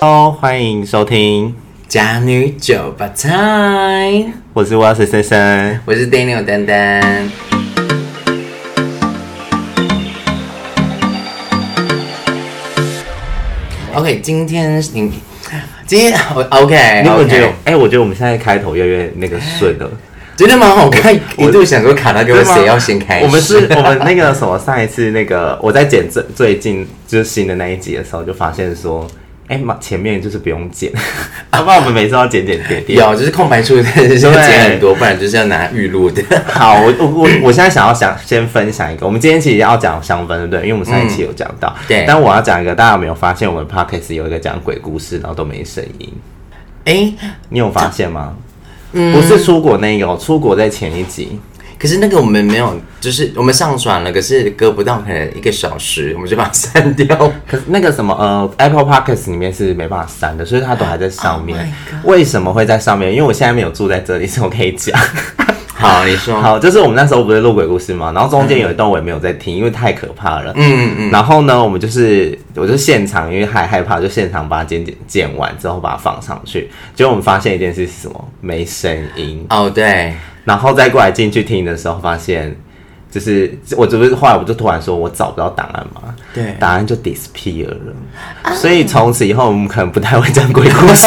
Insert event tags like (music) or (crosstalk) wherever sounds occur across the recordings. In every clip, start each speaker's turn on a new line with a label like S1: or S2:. S1: Hello，欢迎收听，
S2: 假女酒吧 time，
S1: 我是蛙水森森。
S2: 我是 Daniel 丹丹。OK，今天是你今天我 OK，
S1: 你有没有觉得
S2: OK？？
S1: 哎、我觉得我们现在开头越来越那个顺了。
S2: 觉得蛮好看，
S1: 我
S2: 一度想说卡到给我谁要先开始？
S1: 我们是，我们那个什么，上一次那个我在剪最最近就是新的那一集的时候，就发现说，哎、妈，前面就是不用剪， (laughs) 要不然我们每次都要剪剪叠叠。
S2: 有就是空白处，但是要剪很多，不然就是要拿预录的。 (laughs)
S1: 好，我我我我现在想要想先分享一个，我们今天其实要讲香氛，对不对？因为我们上一期有讲到、
S2: 嗯对
S1: 但我要讲一个，大家有没有发现我们 podcast 有一个讲鬼故事，然后都没声音？
S2: 哎，
S1: 你有发现吗？
S2: 嗯
S1: 不是出国那个哦，出国在前一集，
S2: 可是那个我们没有，就是我们上传了，可是隔不到可能一个小时，我们就把它删掉。
S1: 可是那个什么呃，Apple Podcast 里面是没办法删的，所以它都还在上
S2: Oh
S1: 面。为什么会在上面？因为我现在没有住在这里，所以我可以
S2: (laughs)
S1: 讲。
S2: 好，你说。
S1: 好，就是我们那时候不是录鬼故事嘛，然后中间有一段我也没有在听，因为太可怕了。
S2: 嗯嗯，
S1: 然后呢，我们就是我就现场，因为害害怕，就现场把它剪剪剪完之后把它放上去。结果我们发现一件事是什么？没声音。
S2: 哦，对，
S1: 然后再过来进去听的时候，发现就是我这不是后来我就突然说我找不到档案嘛，
S2: 对
S1: 档案就 disappear 了，所以从此以后我们可能不太会讲鬼故事，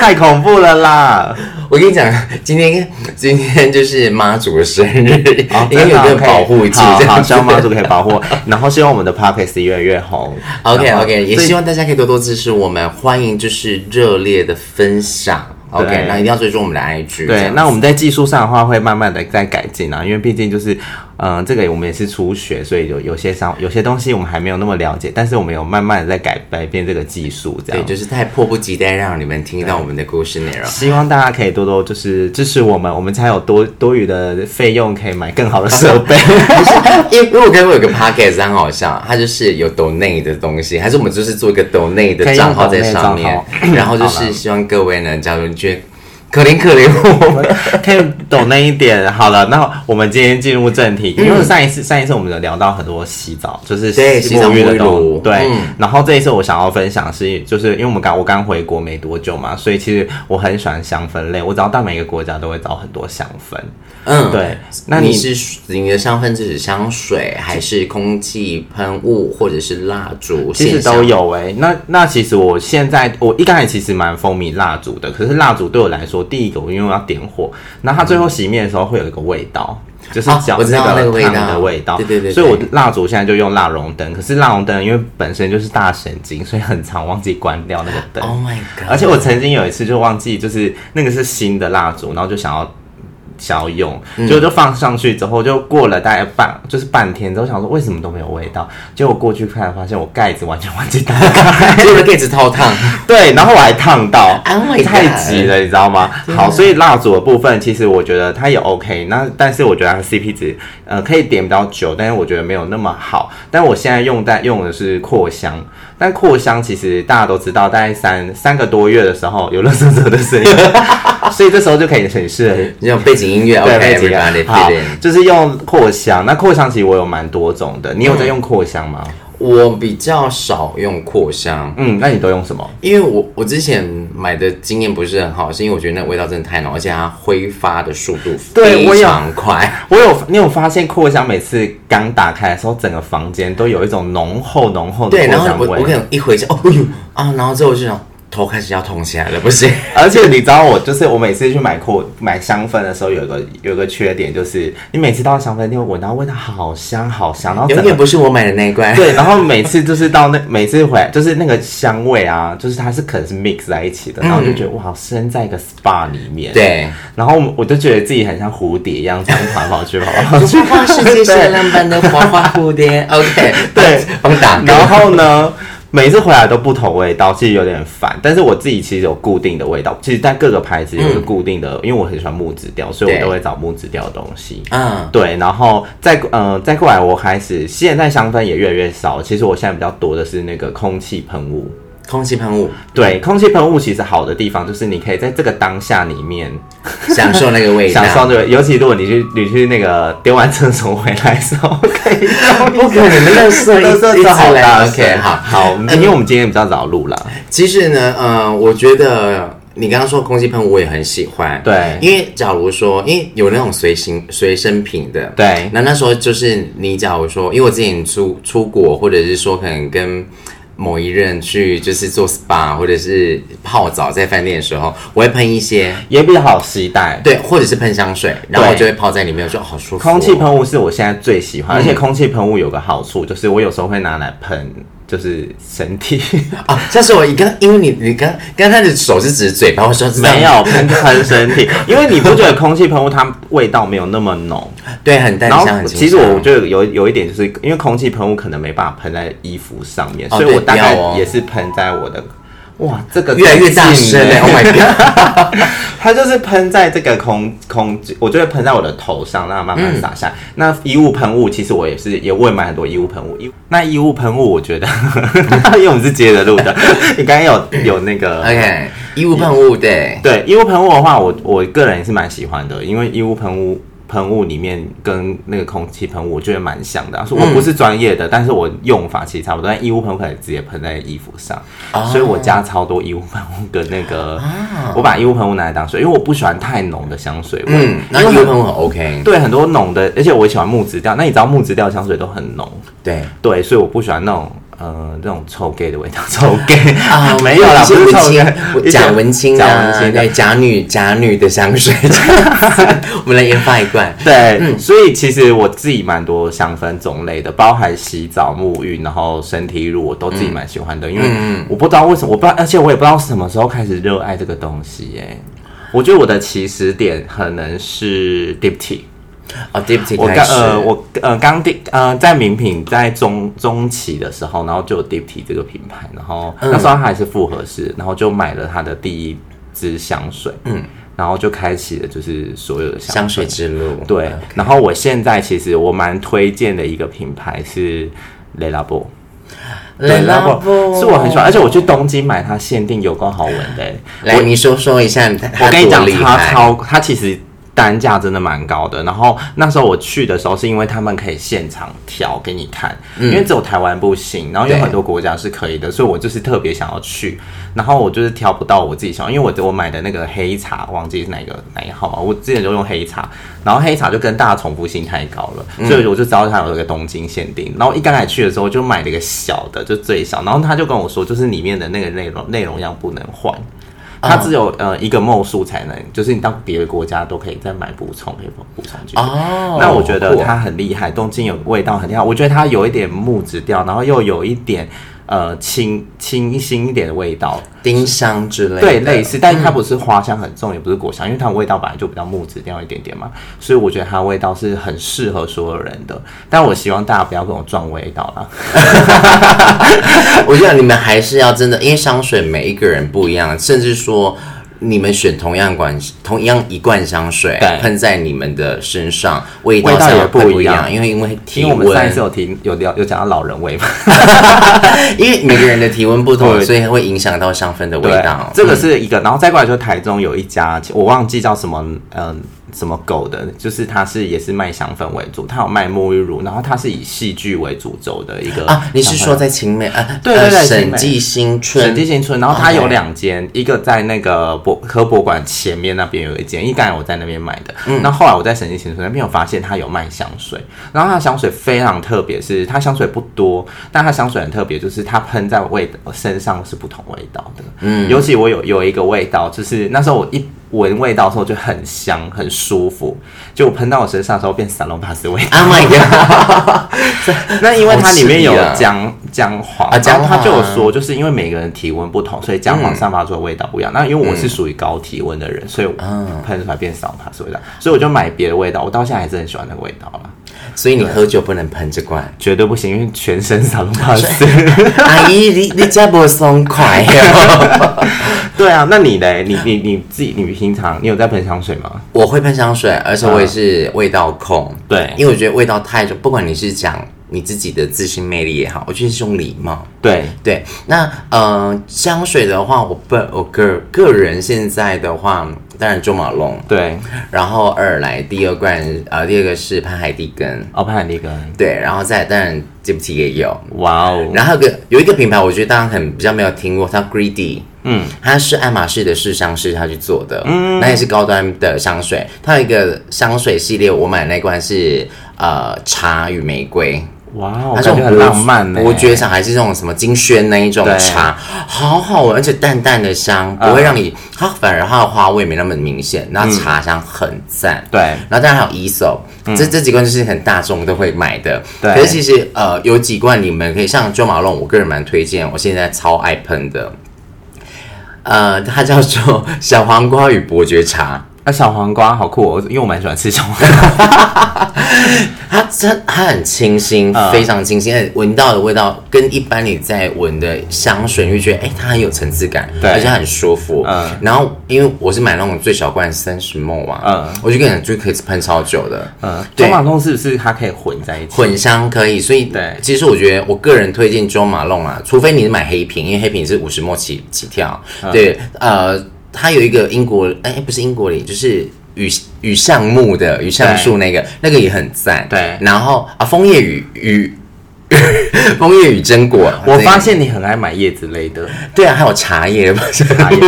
S1: 太恐怖了啦！
S2: 我跟你讲，今天今天就是妈祖的生日，
S1: 好，
S2: 应该
S1: 真的
S2: 有
S1: 啊
S2: 个
S1: 可以
S2: 保护器
S1: 好
S2: 这
S1: 好，
S2: 样
S1: 希
S2: 子。
S1: 望妈祖可以保护我，然后希望我们的 podcast 越来越 (laughs) 红。
S2: (laughs) OK
S1: 然后
S2: OK，也
S1: 所以
S2: 希望大家可以多多支持我们，欢迎就是热烈的分享。
S1: 对
S2: OK，那一定要追踪我们的 IG 这样
S1: 对
S2: 子。，
S1: 那我们在技术上的话，会慢慢的在改进啊，因为毕竟就是，嗯、这个我们也是初学，所以有有些上有些东西我们还没有那么了解，但是我们有慢慢的在改改变这个技术，这
S2: 对，
S1: 样。啊
S2: 就是太迫不及待让你们听到我们的故事内容。
S1: 希望大家可以多多就是支持我们，我们才有多多余的费用可以买更好的设
S2: (laughs)
S1: 备。
S2: 因为因为我跟我有个 podcast 很好笑，它就是有抖内的东西，还是我们就是做一个抖内的账号在上面
S1: 可以用抖内的账号，
S2: 然后就是希望各位呢，假如你觉得可怜可怜我们，
S1: 可以懂那一点。好了，那我们今天进入正题，因为上一次上一次我们有聊到很多洗澡，就是
S2: 嗯对洗澡
S1: 沐浴的
S2: 沐浴
S1: 东
S2: 露
S1: 对，
S2: 嗯
S1: 然后这一次我想要分享是，就是因为我们刚我刚回国没多久嘛，所以其实我很喜欢香氛类，我只要到每个国家都会找很多香氛。
S2: 嗯，
S1: 对，那
S2: 你
S1: 你
S2: 是你的香氛是指香水，还是空气喷雾，或者是蜡烛？
S1: 其实
S2: 线香
S1: 都。有哎、那那其实我现在我一开始其实蛮风靡蜡烛的，可是蜡烛对我来说，第一个我因为我要点火，然后它最后熄灭的时候会有一个味道，就是
S2: 啊
S1: 讲
S2: 嗯我知道那
S1: 个
S2: 个味
S1: 汤
S2: 道
S1: 的味道，
S2: 对对对对
S1: 所以我蜡烛现在就用蜡熔灯，可是蜡熔灯因为本身就是大神经，所以很常忘记关掉那个灯。
S2: Oh my
S1: 而
S2: god！
S1: 且我曾经有一次就忘记，就是那个是新的蜡烛，然后就想要想要用，结果就放上去之后，就过了大概半就是半天之后，想说为什么都没有味道，结果过去看发现我盖子完全忘记打开，
S2: (laughs) 这个盖子泡烫，
S1: 对，然后啊我还烫到哎
S2: Oh my God
S1: 太急了，你知道嗯吗？好，所以蜡烛的部分其实我觉得它也 OK，那但是我觉得它的 CP 值呃可以点比较久，但是我觉得没有那么好。但我现在用在用的是扩香，但扩香其实大家都知道，大概三三个多月的时候有乐色色的声 (laughs) 音，所以这时候就可以很适合
S2: 你有背景音乐
S1: 对，背景
S2: ，OK，everybody
S1: 啊好
S2: fit in。，
S1: 就是用扩香。那扩香其实我有蛮多种的，你有在用扩香吗？
S2: 我比较少用扩香，
S1: 嗯，那你都用什么？
S2: 因为我我之前买的经验不是很好，是因为我觉得那个味道真的太浓，而且它挥发的速度
S1: 对
S2: 非
S1: 我有
S2: 常快。
S1: 我有，你有发现扩香每次刚打开的时候，整个房间都有一种浓厚浓厚的
S2: 对，
S1: 扩
S2: 然后
S1: 香
S2: 我我可
S1: 味。
S2: 能一回家，哦，哎呦啊，然后之后我就想头开始要痛起来了，不行。
S1: 而且你知道我，就是我每次去买扩买香氛的时候，有一个有一个缺点，就是你每次到香氛店，闻到味道好香好香，然后
S2: 永
S1: 整
S2: 远
S1: 个
S2: 不是我买的那一罐。
S1: 哦对，然后每次就是到那 (laughs) 每次回来，就是那个香味啊，就是它是可能是 mix 在一起的，然后就觉得、哇，好身在一个 spa 里面。，
S2: 嗯对。
S1: 然后我我就觉得自己很像蝴蝶一样，这样跑来跑去，跑来跑去。
S2: (laughs) 花花世界限量版的花花蝴蝶。OK，
S1: (laughs) 对，
S2: 帮打
S1: (laughs) 然
S2: 歌。
S1: 后呢，每次回来都不同味道，其实有点烦。但是我自己其实有固定的味道，其实在各个牌子有一个固定的，因为我很喜欢木质调，所以我
S2: 对
S1: 都会找木质调的东西。
S2: 嗯，
S1: 对，然后再呃再过来，我开始现在香氛也越来越少。其实我现在比较多的是那个空气喷雾，
S2: 空气喷雾，
S1: 对，空气喷雾其实好的地方就是你可以在这个当下里面
S2: 享受那个味
S1: (laughs)
S2: 道
S1: 享。受这个，尤其如果你去你去那个丢完厕所回来的时候，可
S2: (laughs)
S1: 以
S2: 不可能，垃圾
S1: 垃圾
S2: 一一
S1: 车好
S2: 直
S1: 大
S2: 来。
S1: 声
S2: OK，好。哎
S1: 好，我们因为我们今天比较早录啦，
S2: 其实呢，呃，我觉得你刚刚说空气喷雾我也很喜欢，
S1: 对
S2: 因为假如说，因为有那种随行随身品的，
S1: 对
S2: 那那时候就是你假如说，因为我之前出出国，或者是说可能跟。某一任去就是做 SPA 或者是泡澡，在饭店的时候，我会喷一些
S1: 也比较好携带。
S2: 对，或者是喷香水，然后我
S1: 对
S2: 就会泡在里面，我就哦好舒服、
S1: 空气，喷雾是我现在最喜欢，而
S2: 嗯
S1: 且空气喷雾有个好处就是我有时候会拿来喷，就是身
S2: (laughs)
S1: 体
S2: 啊，像是我一刚，因为你你刚刚他的手是指嘴巴，我说
S1: 没，有喷喷身体，因为你不觉得空气喷雾它味道没有那么浓，
S2: 对，很淡
S1: 然后
S2: 香，很清
S1: 其实
S2: 香
S1: 我觉得有有一点，就是因为空气喷雾可能没办法喷在衣服上面，
S2: 哦
S1: 所以我
S2: 对
S1: 大概
S2: 不要哦
S1: 也是喷在我的。哇，这个
S2: 越来越大
S1: 更近
S2: 声了
S1: (laughs) 欸
S2: ，Oh my god！
S1: 它就是喷在这个空空，我就会喷在我的头上，让它慢
S2: 嗯
S1: 慢洒下来。那衣物喷雾，其实我也是也我也买很多衣物喷雾。衣那衣物喷雾，我觉得， (laughs) 因为我们是接着录
S2: (laughs)
S1: 的，你刚刚有有那个
S2: OK，衣物喷雾对，
S1: 对衣物喷雾的话，我我个人也是蛮喜欢的，因为衣物喷雾喷雾里面跟那个空气喷雾，我觉得蛮像
S2: 嗯
S1: 的啊。我不是专业的，但是我用法其实差不多。但衣物喷雾可以直接喷在衣服上，
S2: 哦
S1: 所以我家超多衣物喷雾跟那个，
S2: 啊
S1: 我把衣物喷雾拿来当水，因为我不喜欢太浓的香水味。
S2: 嗯，然后衣物喷雾很 OK，
S1: 对，很多浓的，而且我也喜欢木质调。那你知道木质调香水都很浓，
S2: 对。
S1: 对，所以我不喜欢那种呃那种臭 gay 的味道，臭 gay
S2: 啊
S1: 没有啦，
S2: 一
S1: 不
S2: 些
S1: 是
S2: 文
S1: 臭 gay，
S2: 青，假文青
S1: 假
S2: 啊，
S1: 文青
S2: 对，假女假女的
S1: (laughs)
S2: 香水，这样子我们来研发一罐。
S1: 对，
S2: 嗯
S1: 所以其实我自己蛮多香氛种类的，包含洗澡、沐浴，然后身体乳，我都自己蛮喜欢的，因
S2: 嗯
S1: 为我不知道为什么，我不知道，而且我也不知道什么时候开始热爱这个东西耶、我觉得我的起始点可能是 Deep Tea，
S2: 哦 d i p t y
S1: 我
S2: 开
S1: 刚
S2: 始，
S1: 呃我呃刚第呃在名品在中中期的时候，然后就有 Deep Tea 这个品牌，然后
S2: 嗯
S1: 那时候它还是复合式，然后就买了它的第一支香水，嗯，然后就开启了就是所有的香
S2: 香水之路，嗯
S1: 对，然后我现在其实我蛮推荐的一个品牌是雷拉波，
S2: 雷拉
S1: 是我很喜欢，而且我去东京买它限定有够好闻的欸、
S2: 来，你说说一
S1: (laughs)
S2: 下，
S1: 我
S2: 我
S1: 我跟你讲，它
S2: 他
S1: 超，它其实单价真的蛮高的。然后那时候我去的时候，是因为他们可以现场调给你看，因为只有台湾不行，然后有
S2: 对
S1: 很多国家是可以的，所以我就是特别想要去。然后我就是挑不到我自己想要，因为我我买的那个黑茶忘记是哪个哪一号啊，我之前就用黑茶，然后黑茶就跟大家重复性太高了，所以我就知道它有一个东京限定。然后一刚才去的时候就买了一个小的，就最小，然后他就跟我说，就是里面的那个内容内容量不能换。它
S2: 嗯
S1: 只有呃一个墨数才能，就是你到别的国家都可以再买补充，可以补充进去。
S2: 哦，
S1: 那我觉得
S2: 酷
S1: 它很厉害，东京有味道很厉害。我觉得它有一点木质调，然后又有一点呃清清新一点的味道，
S2: 丁香之类的，嗯
S1: 对，类似，但是它不是花香很重，也不是果香，因为它的味道本来就比较木质调一点点嘛，所以我觉得它的味道是很适合所有人的。但我希望大家不要跟我撞味道啦。
S2: (laughs) 我觉得你们还是要真的，因为香水每一个人不一样，甚至说你们选同样管同样一罐香水
S1: 对
S2: 喷在你们的身上，味
S1: 味道
S2: 上
S1: 也
S2: 会
S1: 不
S2: 不
S1: 一样
S2: 样，因为因为体
S1: 因为我们上一
S2: 温
S1: 次，有提有聊有讲到老人味嘛，
S2: (laughs) 因为每个人的体温不同，
S1: 对
S2: 所以会影响到香氛的味
S1: 对，
S2: 道。嗯
S1: 这个是一个，然后再过来就是台中有一家，我忘记叫什么，嗯、什么狗的，就是它是也是卖香氛为主，它有卖沐浴乳，然后它是以戏剧为主轴的一个
S2: 啊，你是
S1: 香氛
S2: 说在青美啊？
S1: 对对对
S2: 呃
S1: 青
S2: 审
S1: 梅
S2: 计新
S1: 审
S2: 春
S1: 计新村，然后它
S2: OK
S1: 有两间一个在那个博科博馆前面那边有一间，因为刚才我在那边买的，那、后来我在审计新村那边有发现它有卖香水，然后它的香水非常特别，是它香水不多，但它香水很特别，就是它喷在味道身上是不同味道的，嗯，尤其我有有一个味道，就是那时候我一。闻味道的时候就很香，很舒服。就我喷到我身上的时候变散龙帕斯味道。
S2: ？Oh my god！
S1: (laughs) 那因为它里面有
S2: 好吃力
S1: 姜姜黄
S2: 啊姜
S1: 然后他就有
S2: 黄
S1: 说，就是因为每个人体温不同，所以姜黄散发出的味道
S2: 嗯
S1: 不一样。那因为我是属于高体温的人，所以我喷出来变少它是味道，所以我就买别的味道。我到现在还是很喜欢那个味道啦，
S2: 所以你喝酒不能喷这
S1: (laughs)
S2: 罐。
S1: 绝对不行，因为全身散龙帕
S2: (laughs)
S1: 斯。
S2: 阿姨，你你家不松快哦？
S1: 对啊，那你嘞？你你你自己，你平常你有在喷香水吗？
S2: 我会喷香水，而且我也是味道控。
S1: 对
S2: 因为我觉得味道太重，不管你是讲你自己的自信魅力也好，我觉得是一种礼貌。
S1: 对，
S2: 对，那呃，香水的话，我本我个个人现在的话，当然Jo m a l o n
S1: 对，
S2: 然后二来第二罐，呃，第二个是潘海蒂根，
S1: 奥帕尼根，
S2: 对，然后再来当然 g i p t 也有，
S1: 哇哦，
S2: 然后有个有一个品牌，我觉得大家很比较没有听过，它 Greedy，嗯，它是爱马仕的试香师他去做的，嗯，那也是高端的香水，它有一个香水系列，我买的那罐是呃茶与玫瑰，
S1: 哇哦，
S2: 它
S1: 感
S2: 是
S1: 觉很
S2: 种
S1: 浪漫呢、
S2: 伯爵茶还是这种什么金萱那一种
S1: 对嗯
S2: 茶，好好闻，而且淡淡的香，不会让你、它反而它的花味没那么明显，然后茶香很赞。
S1: 对，
S2: 然后当然还有 e s o 这这几罐就是很大众都会买的。
S1: 嗯对
S2: 可是其实呃有几罐你们可以像 Jo Malone，我个人蛮推荐，我现在超爱喷的。呃，它叫做小黄瓜与伯爵茶，
S1: 那、小黄瓜好酷、哦，因为我蛮喜欢吃小黄瓜。
S2: 它真它很清新，
S1: 嗯
S2: 非常清新，而且闻到的味道跟一般你在闻的香水，你会觉得哎、它很有层次感，
S1: 对
S2: 而且它很舒服。
S1: 嗯
S2: 然后因为我是买那种最小罐三十 ml 嘛，
S1: 嗯
S2: 我就跟你讲就可以喷超久的，
S1: 嗯，
S2: (laughs) 对
S1: 中马弄是不是它可以混在一起？
S2: 混香可以，所以
S1: 对
S2: 其实我觉得我个人推荐 Jo Malone 啊，除非你是买黑瓶，因为黑瓶是五十墨起起跳。
S1: 嗯
S2: 对，呃，它有一个英国，哎、不是英国里，就是雨雨橡木的雨橡树那个，那个也很赞。
S1: 对
S2: 然后啊，枫叶雨雨。 (laughs) 枫叶与榛果，
S1: 我
S2: 对
S1: 发现你很爱买叶子类 (laughs) 的
S2: 对啊，还有茶叶，
S1: 茶叶，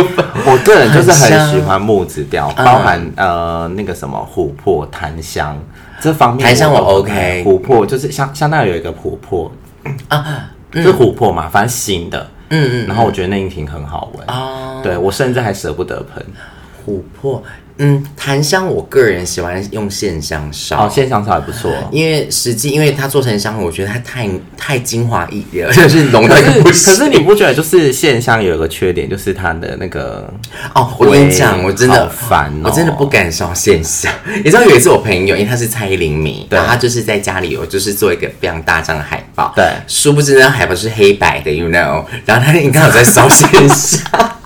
S1: 我个人就是
S2: 很
S1: 很
S2: 香
S1: 喜欢木质调，包含呃那个什么琥珀、檀香 (laughs) 这方面。
S2: 檀香我
S1: 都
S2: OK
S1: 琥珀就是香香奈儿有一个琥珀啊，是琥珀嘛，反正新的，嗯嗯，然后我觉得那一瓶很好闻
S2: 哦
S1: 对我甚至还舍不得喷。
S2: 琥珀，嗯，檀香，我个人喜欢用线香烧。
S1: 哦，线香草也不 (laughs) 错，
S2: 因为实际，因为它做成香，我觉得它太太精华一点了， (laughs) 就是浓到
S1: 可
S2: 一个
S1: 是
S2: 不
S1: 可
S2: 行。
S1: 是你不觉得就是线香有一个缺点，就是它的那个
S2: 哦，我跟你讲，
S1: 灰
S2: 我真
S1: 好
S2: 的
S1: 烦哦
S2: 我真的不敢烧线香。 (laughs) 你知道有一次我朋友，因为他是蔡依林迷，
S1: 对
S2: 然后他就是在家里有就是做一个非常大张的海报，
S1: 对
S2: 殊不知那海报是黑白的，you know，然后他应该有在烧线香， (laughs)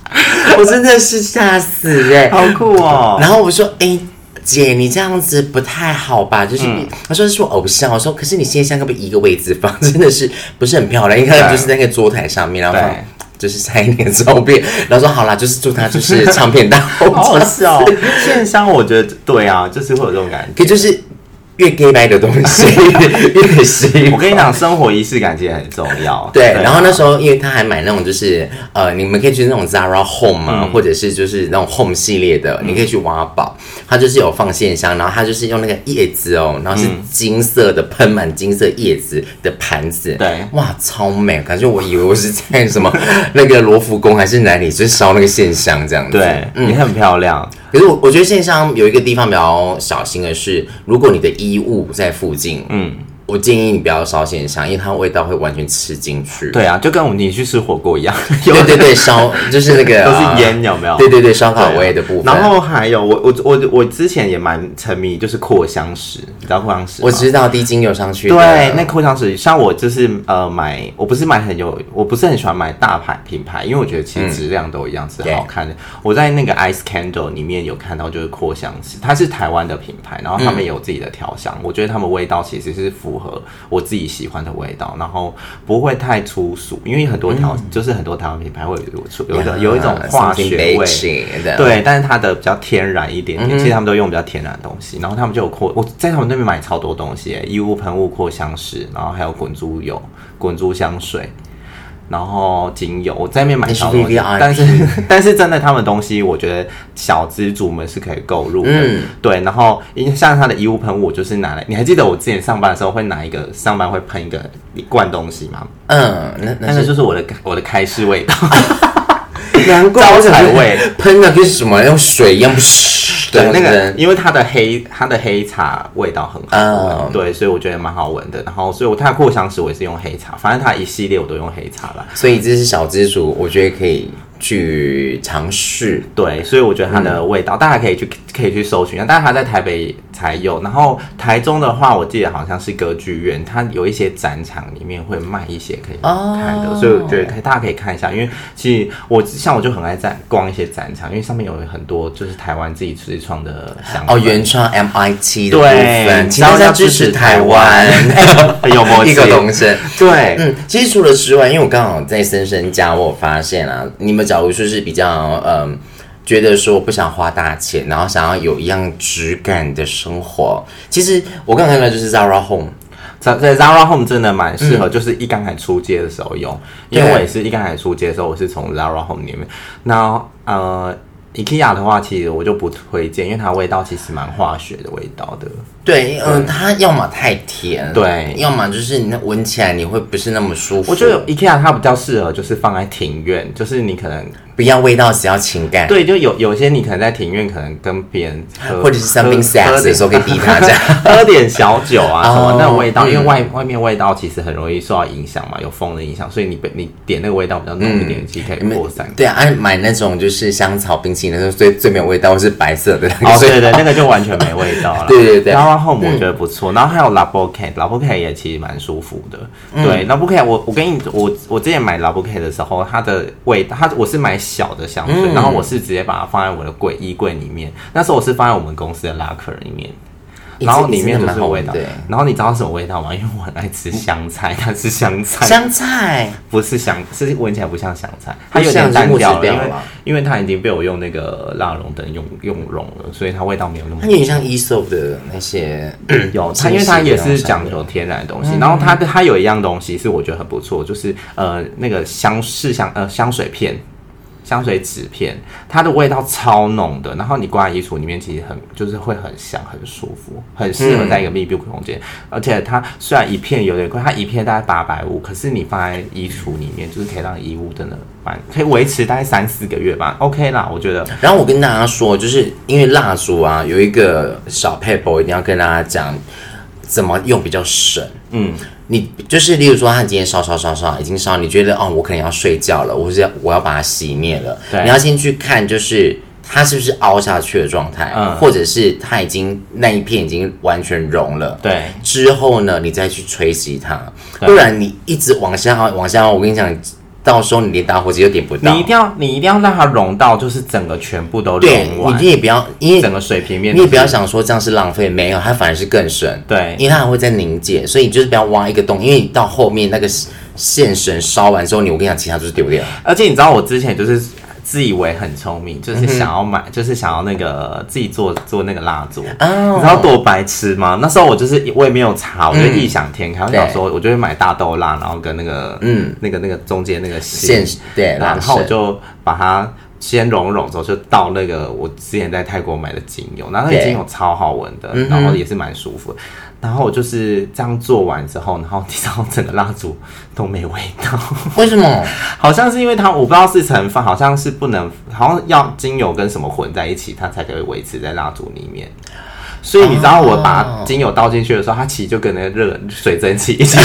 S2: 我真的是吓死哎、
S1: (laughs) 好酷哦
S2: 然后我说，哎、姐，你这样子不太好吧？就是，
S1: 嗯
S2: 他说是我偶像，我说可是你现在像个一个位置放，真的是不是很漂亮？你看就是在那个桌台上面，然后放
S1: 对，
S2: 就是蔡依林的照片， (laughs) 然后说好啦，就是祝他就是唱片大红
S1: 好好 (laughs) 笑哦。线香我觉得对啊，就是会有这种感觉。
S2: (laughs) 可就是越 gay 白的东西 (laughs) 越 (laughs) 吸。
S1: 我跟你讲，生活仪式感其实很重要。
S2: 对，
S1: 啊
S2: 然后那时候因为他还买那种就是呃，你们可以去那种 Zara Home 啊，或者是就是那种 Home 系列的，你可以去挖宝。它就是有放线香，然后它就是用那个叶子哦，然后是金色的，喷满金色叶子的盘子。
S1: 对
S2: 哇，超美！感觉我以为我是在什么 (laughs) 那个罗浮宫还是哪里，就是烧那个线香这样子。
S1: 对，也很漂亮。
S2: 可是我我觉得线上有一个地方比较小心的是，如果你的衣物在附近，嗯，我建议你不要烧线上，因为它味道会完全吃进去。
S1: 对啊，就跟我们你去吃火锅一
S2: (laughs)
S1: 样，
S2: 对对
S1: (laughs)
S2: 对，烧就是那个
S1: 都是烟，有没
S2: 呃
S1: 有？
S2: 对对对，烧烤味的部分。
S1: 然后还有我我我我之前也蛮沉迷，就是扩香石，你知道扩香石吗？
S2: 我知道低精油上去的，
S1: 对，那扩香石，像我就是呃买，我不是买很有，我不是很喜欢买大牌品牌，因为我觉得其实质量都一样，是好看的。我在那个 Ice Candle 里面有看到就是扩香石，它是台湾的品牌，然后他们也有自己的调香，我觉得他们味道其实是符合我自己喜欢的味道，然后不会太粗俗，因为很多调、就是很多台湾品牌会有出有的有一种化学味。
S2: 啊的，，嗯
S1: 对，但是它的比较天然一点点，其实他们都用比较天然的东西，然后他们就有扩，我在他们那边买超多东西耶，衣物喷雾、扩香石，然后还有滚珠油、滚珠香水，然后精油，我在那边买
S2: 那是
S1: 超多东西
S2: VVIP
S1: 但是 (laughs) 但是真的他们东西，我觉得小资主们是可以购入的，
S2: 嗯
S1: 对，然后因为像它的衣物喷雾，我就是拿来，你还记得我之前上班的时候会拿一个上班会喷一个一罐东西吗？
S2: 嗯，那
S1: 那
S2: 那
S1: 个
S2: 是
S1: 就是我的我的开市味道，
S2: (laughs) 难怪我
S1: 招财
S2: 想说
S1: 味
S2: 喷的跟什么用水一样，
S1: 对，
S2: 对
S1: 那个因为它的黑它的黑茶味道很好闻
S2: 嗯
S1: 对，所以我觉得蛮好闻的。然后，所以我它的扩香石我也是用黑茶，反正它一系列我都用黑茶啦。
S2: 所以这是小资主，我觉得可以去尝试。
S1: 对，所以我觉得它的味道，大家可以去可以去搜寻一下。但是它在台北才有，然后台中的话，我记得好像是歌剧院，它有一些展场里面会卖一些可以看的，
S2: 哦
S1: 所以我觉得可以大家可以看一下。因为其实我像我就很爱在逛一些展场，因为上面有很多就是台湾自己自创的香
S2: 哦，
S1: 氛
S2: 原创 MIT 的部
S1: 嗯对
S2: 分，，请大家支持台湾，
S1: 很 (laughs) 有默契，
S2: (laughs) 一个东西。
S1: 对。
S2: 嗯，其实除了吃完，因为我刚好在森森家，我有发现啊，你们假如说是比较嗯。觉得说不想花大钱，然后想要有一样质感的生活。其实我刚刚看到就是 Zara Home，
S1: 在在 Zara Home 真的蛮适
S2: 嗯
S1: 合，就是一刚才出街的时候用，因为我也是一刚才出街的时候，我是从 Zara Home 里面。那呃，IKEA 的话，其实我就不推荐，因为它味道其实蛮化学的味道的。
S2: 对，嗯、它要么太甜，
S1: 对
S2: 要么就是你那闻起来你会嗯不是那么舒服。
S1: 我觉得 IKEA 它比较适合就是放在庭院，就是你可能
S2: 不要味道，只要情感，
S1: 对，就有有些你可能在庭院可能跟别人
S2: (laughs)
S1: 喝，
S2: 或者是 something
S1: 喝
S2: sex 的时候可以滴
S1: (laughs)
S2: 它这样。
S1: 喝点小酒啊什么
S2: 哦，
S1: 那味道，
S2: 嗯
S1: 因为外外面味道其实很容易受到影响嘛，有风的影响，所以你被你点那个味道比较浓一
S2: 嗯
S1: 点，其实可以扩散。
S2: 对啊，啊买那种就是香草冰淇淋的时候，最最没有味道，是白色的那个。
S1: 哦，
S2: (laughs) 所以
S1: 对对，那个就完全没味道了。
S2: (laughs) 对对对嗯
S1: 然后 home 我觉得不错，然后还有 l a b o c a t l a b o c a t 也其实蛮舒服的。
S2: 嗯
S1: 对 l a b o c a t 我我跟你我我之前买 l a b o c a t 的时候，它的味道，它我是买小的香水，
S2: 嗯
S1: 然后我是直接把它放在我的柜衣柜里面，那时候我是放在我们公司的拉克里面。
S2: 一直
S1: 然后里面就是味道
S2: 一直蛮好闻的，
S1: 然后你知道什么味道吗？因为我很爱吃香菜， (laughs) 它是香菜，
S2: 香菜，
S1: 不是香，是闻起来不像香菜，它
S2: 不
S1: 有
S2: 像
S1: 点
S2: 是
S1: 淡
S2: 木质
S1: 掉了，
S2: 调啊
S1: 因为
S2: 了
S1: 因为它已经被我用那个蜡熔灯用用融了，所以它味道没有那么
S2: 它有点像 Esop 的那些，
S1: 有它，
S2: 清
S1: 因为它
S2: 晰的
S1: 也
S2: 那种
S1: 是
S2: 香
S1: 讲
S2: 味
S1: 究天然的东西。然后它它有一样东西是我觉得很不错，就是呃那个香是香呃香水片。香水纸片，它的味道超浓的，然后你挂在衣橱里面，其实很就是会很香，很舒服，很适合在一个密闭空间。而且它虽然一片有点贵，它一片大概八百五，可是你放在衣橱里面，就是可以让衣物真的蛮可以维持大概三四个月吧，OK 啦，我觉得。
S2: 然后我跟大家说，就是因为蜡烛啊，有一个小 paper 我一定要跟大家讲，怎么用比较省。嗯，你就是例如说，它今天烧烧烧烧，已经烧，你觉得哦，我可能要睡觉了，我是要我要把它熄灭了。
S1: 对
S2: 你要先去看，就是。它是不是凹下去的状态，
S1: 嗯
S2: 或者是它已经那一片已经完全融了？
S1: 对
S2: 之后呢，你再去吹熄它，
S1: 对
S2: 不然你一直往下凹往下凹，我跟你讲，到时候你连打火机都点不到。
S1: 你一定要，你一定要让它融到，就是整个全部都
S2: 对，
S1: 融
S2: 你
S1: 完
S2: 你，也不要，因为
S1: 整个水平面
S2: 你
S1: 都
S2: 也
S1: 是，
S2: 不要想说这样是浪费，没有，它反而是更深，
S1: 对
S2: 因为它还会再凝结，所以你就是不要挖一个洞，因为你到后面那个线绳烧完之后，你我跟你讲，其他就是丢掉。
S1: 而且你知道，我之前就是自以为很聪明，就是想要买，就是想要那个自己做做那个蜡烛。你
S2: 哦
S1: 知道多白痴吗？那时候我就是我也没有查，我就异想天开，我
S2: 对
S1: 想说，我就会买大豆蜡，然后跟那个嗯那个那个中间那个
S2: 线对，
S1: 然后
S2: 拉
S1: 我
S2: 绳
S1: 就把它先融融之后，就倒那个我之前在泰国买的精油，然后那个
S2: 对
S1: 精油超好闻的，然后也是蛮舒服的。然后我就是这样做完之后，然后你知道整个蜡烛都没味道，
S2: 为什么？
S1: 好像是因为它我不知道是成分，好像是不能，好像要精油跟什么混在一起，它才可以维持在蜡烛里面。所以你知道我把精油倒进去的时候，它其实就跟那个热水蒸气一
S2: (laughs)
S1: 起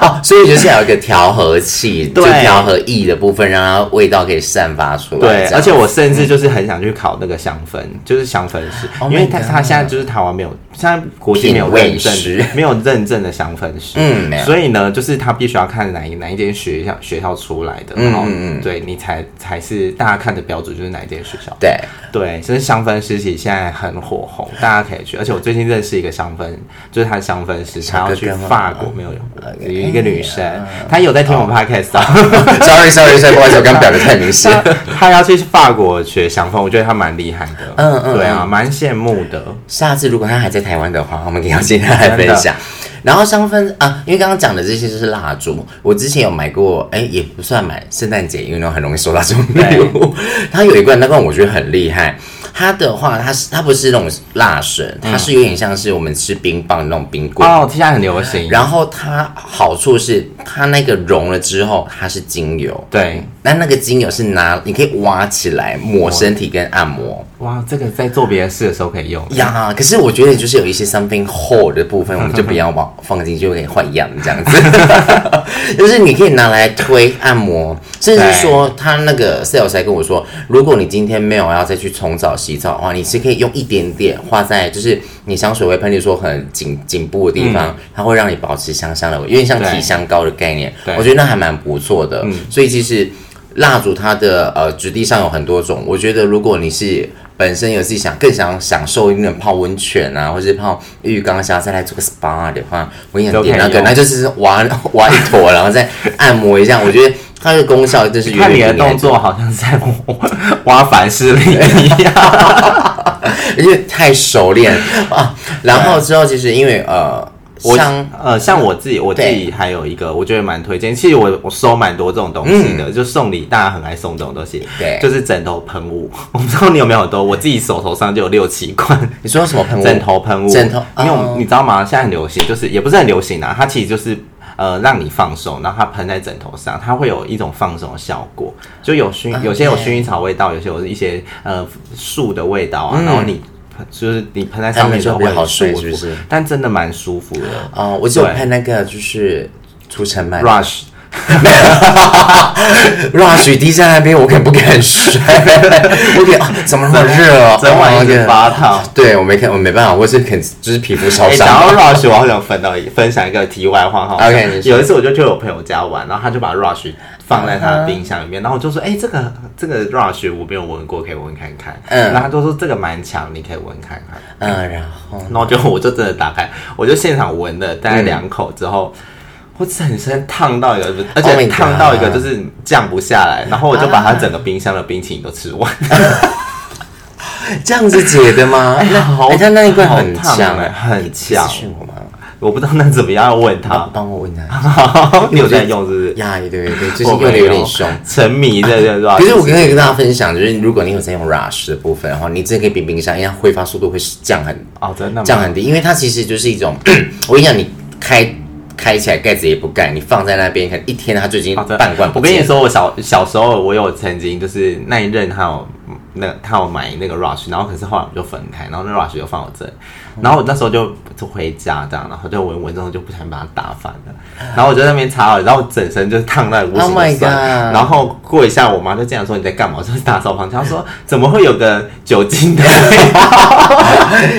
S2: 哦，所以就是要有一个调和器，就
S1: 对
S2: 调和液的部分，让它味道可以散发出来。
S1: 对
S2: 这，样
S1: 而且我甚至就是很想去考那个香氛，
S2: 嗯
S1: 就是香氛师，
S2: Oh my
S1: 因为他
S2: God
S1: 他现在就是台湾没有，现在国际没有认证
S2: 品味师，
S1: 没有认证的香氛师，
S2: 嗯没有
S1: 所以呢，就是他必须要看哪一哪一间学校学校出来的，然后
S2: 嗯嗯嗯
S1: 对你才才是大家看的标准就是哪一间学校。
S2: 对， (laughs)
S1: 对，就是香氛师其实现在很火红，大家可以去。而且我最近认识一个香氛，就是他的香氛师，他
S2: 小
S1: 要
S2: 哥
S1: 去
S2: 哥吗嗯
S1: 法国，没有有一个女生，她有在听我
S2: (laughs)
S1: podcast 啊。
S2: sorry sorry sorry，不好意思，我刚表的太明显。
S1: 他要去法国学香氛，我觉得他蛮厉害的。
S2: 嗯嗯哦
S1: 对啊，蛮羡慕的。
S2: 下次如果他还在台湾的话，我们可以邀请他来分
S1: 真
S2: 享。然后香氛啊，因为刚刚讲的这些就是蜡烛，我之前有买过，哎、也不算买，圣诞节因为那种很容易收到这种礼物。它有一罐，那罐我觉得很厉害。它的话，它是它不是那种蜡绳，它是有点像是我们吃冰棒的那种冰棍。
S1: 哦，现在很流行。
S2: 然后它好处是，它那个融了之后，它是精油，
S1: 对，
S2: 那那个精油是拿你可以挖起来抹身体跟按摩。
S1: 哇，这个在做别的事的时候可以用。
S2: 呀可是我觉得就是有一些 something whole 的部分，我们就不要往放进去，就可以换样这样子。 (laughs) 就是你可以拿来推按摩，甚至说他那个 sales 还跟我说，如果你今天没有要再去冲澡洗澡的话，你是可以用一点点画在就是你香水会喷，例如说很颈颈部的地方，它会让你保持香香的，有点像
S1: 对
S2: 体香膏的概念
S1: 对。
S2: 我觉得那还蛮不错的。所以其实。蜡烛它的呃质地上有很多种，我觉得如果你是本身有自己想更想享受一点泡温泉啊，或者是泡浴缸，想要再来做个 SPA 的话，我也想点那
S1: 都可以
S2: 个，
S1: 用
S2: 那就是挖挖一坨，然后再按摩一下，我觉 (laughs) 得它的功效就是远
S1: 看
S2: 远
S1: 你的
S2: 比还
S1: 动作好像在 (laughs) 挖凡士林一样。
S2: 而且太熟练啊。然后之后其实因为呃，
S1: 我
S2: 像
S1: 呃，像我自己，我自己还有一个，我觉得蛮推荐。其实我我收蛮多这种东西的，就送礼，大家很爱送这种东西。
S2: 嗯对
S1: 就是枕头喷雾。我不知道你有没有很多，我自己手头上就有六七罐
S2: 你说什么喷雾
S1: 枕头喷雾。
S2: 枕头
S1: 因为我
S2: 哦
S1: 们你知道吗？现在很流行，就是也不是很流行啊，它其实就是。呃，让你放松，然后它喷在枕头上，它会有一种放松的效果。就有薰，
S2: 啊
S1: 有些有薰衣草味道，有些有一些呃树的味道啊。然后你喷就是你喷在上面之后
S2: 嗯
S1: 会
S2: 它们就比较
S1: 很
S2: 好睡
S1: 舒服
S2: 是不是
S1: 但真的蛮舒服的。
S2: 哦、我只有
S1: 对
S2: 喷那个就是除尘螨
S1: Rush，
S2: rush 滴在那边，我敢不敢睡？ (laughs) 我给啊，怎么那么热
S1: (laughs)
S2: 哦？
S1: 整晚一直
S2: 哦
S1: 发烫。
S2: 对我没看，我没办法，我是很就是皮肤烧
S1: 哎，讲
S2: 伤。
S1: 到 Rush，我好想分到一分享一个题外话哈。
S2: OK，你说
S1: 有一次我就去我朋友家玩，然后他就把 Rush 放在
S2: 嗯
S1: 他的冰箱里面，然后我就说，哎、这个这个 Rush 我没有闻过，可以闻看看。
S2: 嗯
S1: 然后他就说这个蛮强，你可以闻看看。
S2: 嗯，然后
S1: 然后就我就真的打开，我就现场闻了大概两口之后。我整身烫到一个，而
S2: Oh my
S1: 且
S2: God
S1: 烫到一个就是降不下来，然后我就把它整个冰箱的冰淇淋都吃完。
S2: 这样子解的吗？那
S1: 好
S2: 哎他那一
S1: (laughs)
S2: 罐
S1: 好
S2: 很欸
S1: 烫
S2: 强
S1: 哎，很强
S2: 私。讯我吗？
S1: 我不知道那怎么样要问他。
S2: 帮我问他。
S1: (laughs) 你有在用是不是？
S2: 呀，对对对，就是
S1: (laughs) 我
S2: 用的
S1: 没
S2: 有点凶。
S1: 沉迷在这段。
S2: 可是我可以跟大家分享，就是如果你有在用 rush 的部分的话，你真的可以比冰箱，因为它挥发速度会降很
S1: 哦，真的吗？
S2: 降很低，因为它其实就是一种， (clears throat) 我跟你讲，你开开起来盖子也不盖，你放在那边，可能一天它就已经
S1: 哦真的
S2: 半罐不
S1: 我跟你
S2: 见了。
S1: 说，我小小时候我有曾经就是那一任他有那他有买那个 Rush，然后可是后来我们就分开，然后那 Rush 就放我这里，
S2: 嗯
S1: 然后我那时候就就回家这样，然后就闻闻之后就不小心把它打翻了，然后我就在那边擦了，然后我整身就是烫到也无所
S2: Oh my
S1: 酸
S2: god
S1: 然后过一下我妈就这样说你在干嘛？我就是打扫房间，她说怎么会有个酒精的味
S2: (laughs)
S1: 道？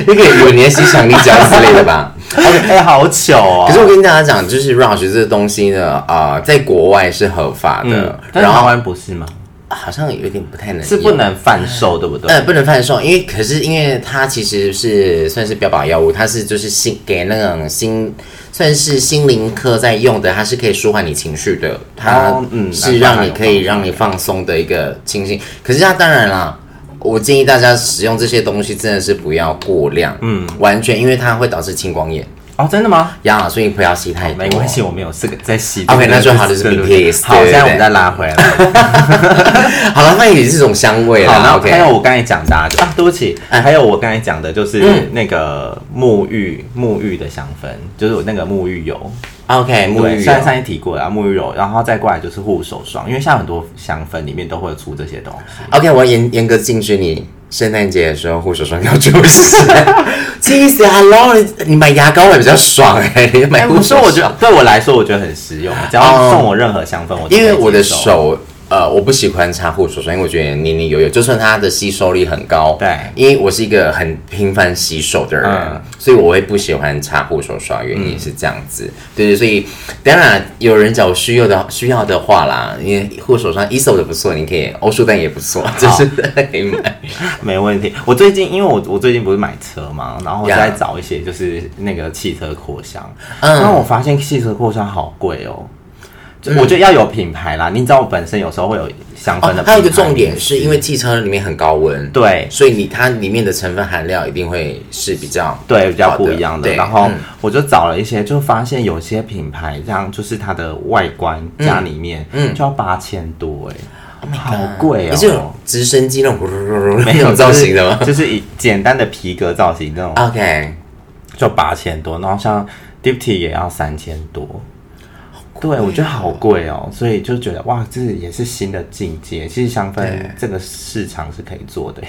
S2: 那个有你的吸强力胶之类的
S1: (laughs)
S2: 吧？
S1: 哎、好糗哦！
S2: 可是我跟大家讲，就是 rush 这个东西呢，呃，在国外是合法的，
S1: 嗯但是
S2: 嗯然
S1: 台
S2: 后
S1: 湾不是吗？
S2: 好像有点不太能
S1: 是
S2: 用
S1: 不能贩售，对不对？
S2: 呃，不能贩售，因为可是因为它其实是算是标靶药物，它是就是心给那种心算是心灵科在用的，它是可以舒缓你情绪的，它
S1: 哦嗯
S2: 是让你可以让你放松的一个清醒。可是它当然啦。我建议大家使用这些东西真的是不要过量，嗯，完全，因为它会导致青光眼
S1: 哦，真的吗？
S2: 呀，所以不要吸太多。
S1: 没关系，我没有这个在吸。
S2: OK，那就好
S1: 这
S2: 这
S1: 个
S2: 是
S1: 对对
S2: BTS
S1: 好，
S2: 对对
S1: 现在我
S2: 对
S1: 们再拉回
S2: (laughs)
S1: 来。
S2: 好了，那也是一种香味
S1: 好，然
S2: 了。
S1: 后
S2: OK，嗯
S1: 还有我刚才讲的啊，就啊，对不起，还有我刚才讲的就是那个沐浴沐浴的香氛，就是我那个沐浴油。
S2: OK，沐
S1: 对，
S2: 浴
S1: 虽然
S2: 油
S1: 上一提过了，沐浴油，然后再过来就是护手霜，因为像很多香氛里面都会有出这些东西。
S2: OK，我严严格禁止你圣诞节的时候护手霜要出
S1: (laughs)
S2: 现。气死！Hello，你买牙膏会比较爽哎、你买
S1: 哎，
S2: 护
S1: 不是，
S2: 手
S1: 我
S2: 霜，
S1: 觉得对我来说，我觉得很实用，只要
S2: 哦
S1: 送我任何香氛，我都
S2: 因为
S1: 可以
S2: 我的
S1: 接受
S2: 手。呃，我不喜欢擦护手霜，因为我觉得黏黏油油，就算它的吸收力很高，
S1: 对
S2: 因为我是一个很频繁洗手的人，
S1: 嗯
S2: 所以我会不喜欢擦护手霜，原因是这样子，对对，所以当然有人找需要的需要的话啦，因为护手霜一手的不错，你可以欧舒丹也不错，就是可以买。
S1: 没问题。我最近因为我我最近不是买车嘛，然后我
S2: Yeah
S1: 在找一些就是那个汽车扩香，
S2: 嗯
S1: 那我发现汽车扩香好贵哦。就我觉得要有品牌啦，你知道我本身有时候会有香氛的、
S2: 哦，还有一个重点，是因为汽车里面很高温，，
S1: 对
S2: 所以你它里面的成分含量一定会是比较
S1: 对比较
S2: 好的
S1: 不一样的。
S2: 对
S1: 然后
S2: 嗯
S1: 我就找了一些，就发现有些品牌这样就是它的外观家里面，
S2: 嗯 Oh
S1: 就要八千多哎、好贵
S2: 也是
S1: 哦
S2: 有。直升机那种
S1: 没
S2: 那
S1: 有
S2: 种造型的
S1: 就
S2: 吗
S1: 是就是以简单的皮革造型那种 (laughs)
S2: ？OK，
S1: 就八千多，然后像 Dipty 也要三千多，
S2: 贵哦、
S1: 对，我觉得好贵哦，所以就觉得哇，这也是新的境界。其实香氛
S2: 对
S1: 这个市场是可以做的，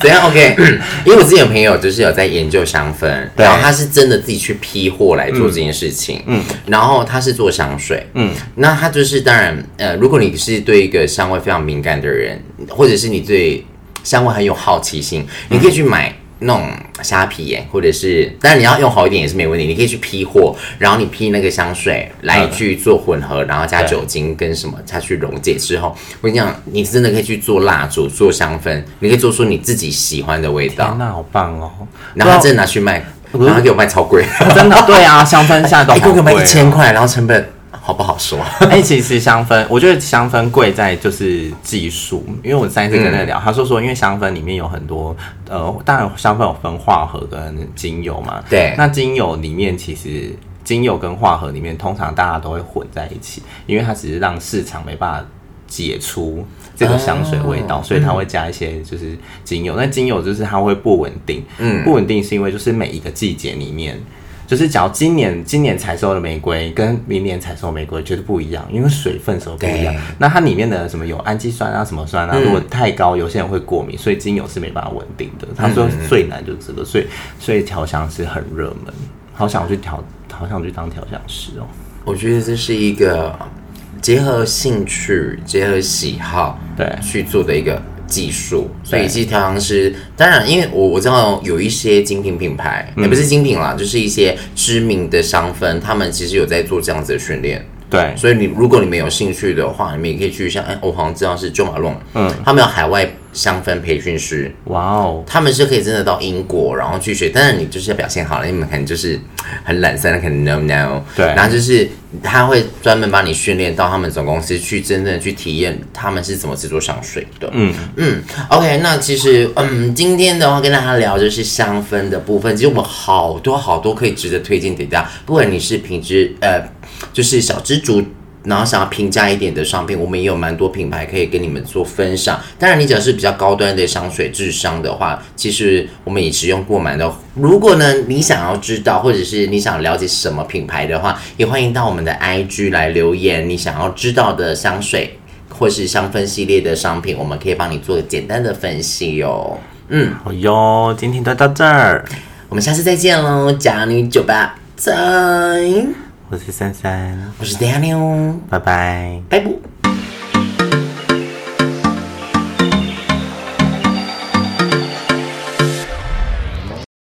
S2: 怎样？OK，因为我之前有朋友就是有在研究香氛，
S1: 对啊
S2: 然后他是真的自己去批货来做这件事情，嗯，然后他是做香水，嗯，那他就是当然，呃，如果你是对一个香味非常敏感的人，或者是你对香味很有好奇心，你可以去买。那种虾皮耶、或者是，当然你要用好一点也是没问题。你可以去批货，然后你批那个香水来
S1: 嗯
S2: 去做混合，然后加
S1: 对
S2: 酒精跟什么，它去溶解之后，我跟你讲，你真的可以去做蜡烛、做香氛，你可以做出你自己喜欢的味
S1: 天
S2: 道，
S1: 哪，好棒哦！
S2: 然后他真的拿去卖，
S1: 我
S2: 然后他给我卖超贵，
S1: (laughs) 真的对啊，香氛现在都
S2: 一
S1: 好
S2: 共给我卖
S1: 贵 (laughs)
S2: 一千块，然后成本好不好 (laughs) 说？
S1: 哎、其实香氛，我觉得香氛贵在就是技术，因为我上一次跟他聊，他说说因为香氛里面有很多，呃，当然香氛有分化合跟精油嘛，
S2: 对
S1: 那精油里面其实。精油跟化合里面，通常大家都会混在一起，因为它只是让市场没办法解出这个香水味道，
S2: 哦
S1: 所以它会加一些就是精油。那精油就是它会不稳定，嗯，不稳定是因为就是每一个季节里面就是只要今年今年采收的玫瑰跟明年采收的玫瑰绝对不一样，因为水分什么不一样
S2: 对。
S1: 那它里面的什么有氨基酸啊、什么酸啊，
S2: 嗯
S1: 如果太高，有些人会过敏，所以精油是没办法稳定的。他说最难就是这个，所以所以调香师很热门，好想去调，好想去当调香师哦。
S2: 我觉得这是一个结合兴趣、结合喜好
S1: 对
S2: 去做的一个技术。所以
S1: 对
S2: 其实调香师，当然，因为我我知道有一些精品品牌，也不是精品啦，就是一些知名的香氛，他们其实有在做这样子的训练。
S1: 对，
S2: 所以你如果你们有兴趣的话，你们也可以去像哎，我好像知道是 Jo Malone，嗯，他们有海外香氛培训师，
S1: 哇哦，
S2: 他们是可以真的到英国，然后去学，但是你就是要表现好了，你们可能就是很懒散，可能 no no，
S1: 对
S2: 然后就是他会专门帮你训练到他们总公司去真正地去体验他们是怎么制作香水的，嗯嗯，OK，那其实嗯，今天的话跟大家聊就是香氛的部分，其实我们好多好多可以值得推荐给大家，不管你是品质呃，就是小知足。然后想要平价一点的商品，我们也有蛮多品牌可以跟你们做分享。当然，你只要是比较高端的香水智商的话，其实我们也使用过蛮多。如果呢你想要知道，或者是你想了解什么品牌的话，也欢迎到我们的 IG 来留言，你想要知道的香水或是香氛系列的商品，我们可以帮你做简单的分析哦。嗯，
S1: 好哟，今天就到这儿，
S2: 我们下次再见喽，假女酒吧再，
S1: 我是珊珊，
S2: 我是 Daniel，
S1: 拜拜。
S2: 拜拜。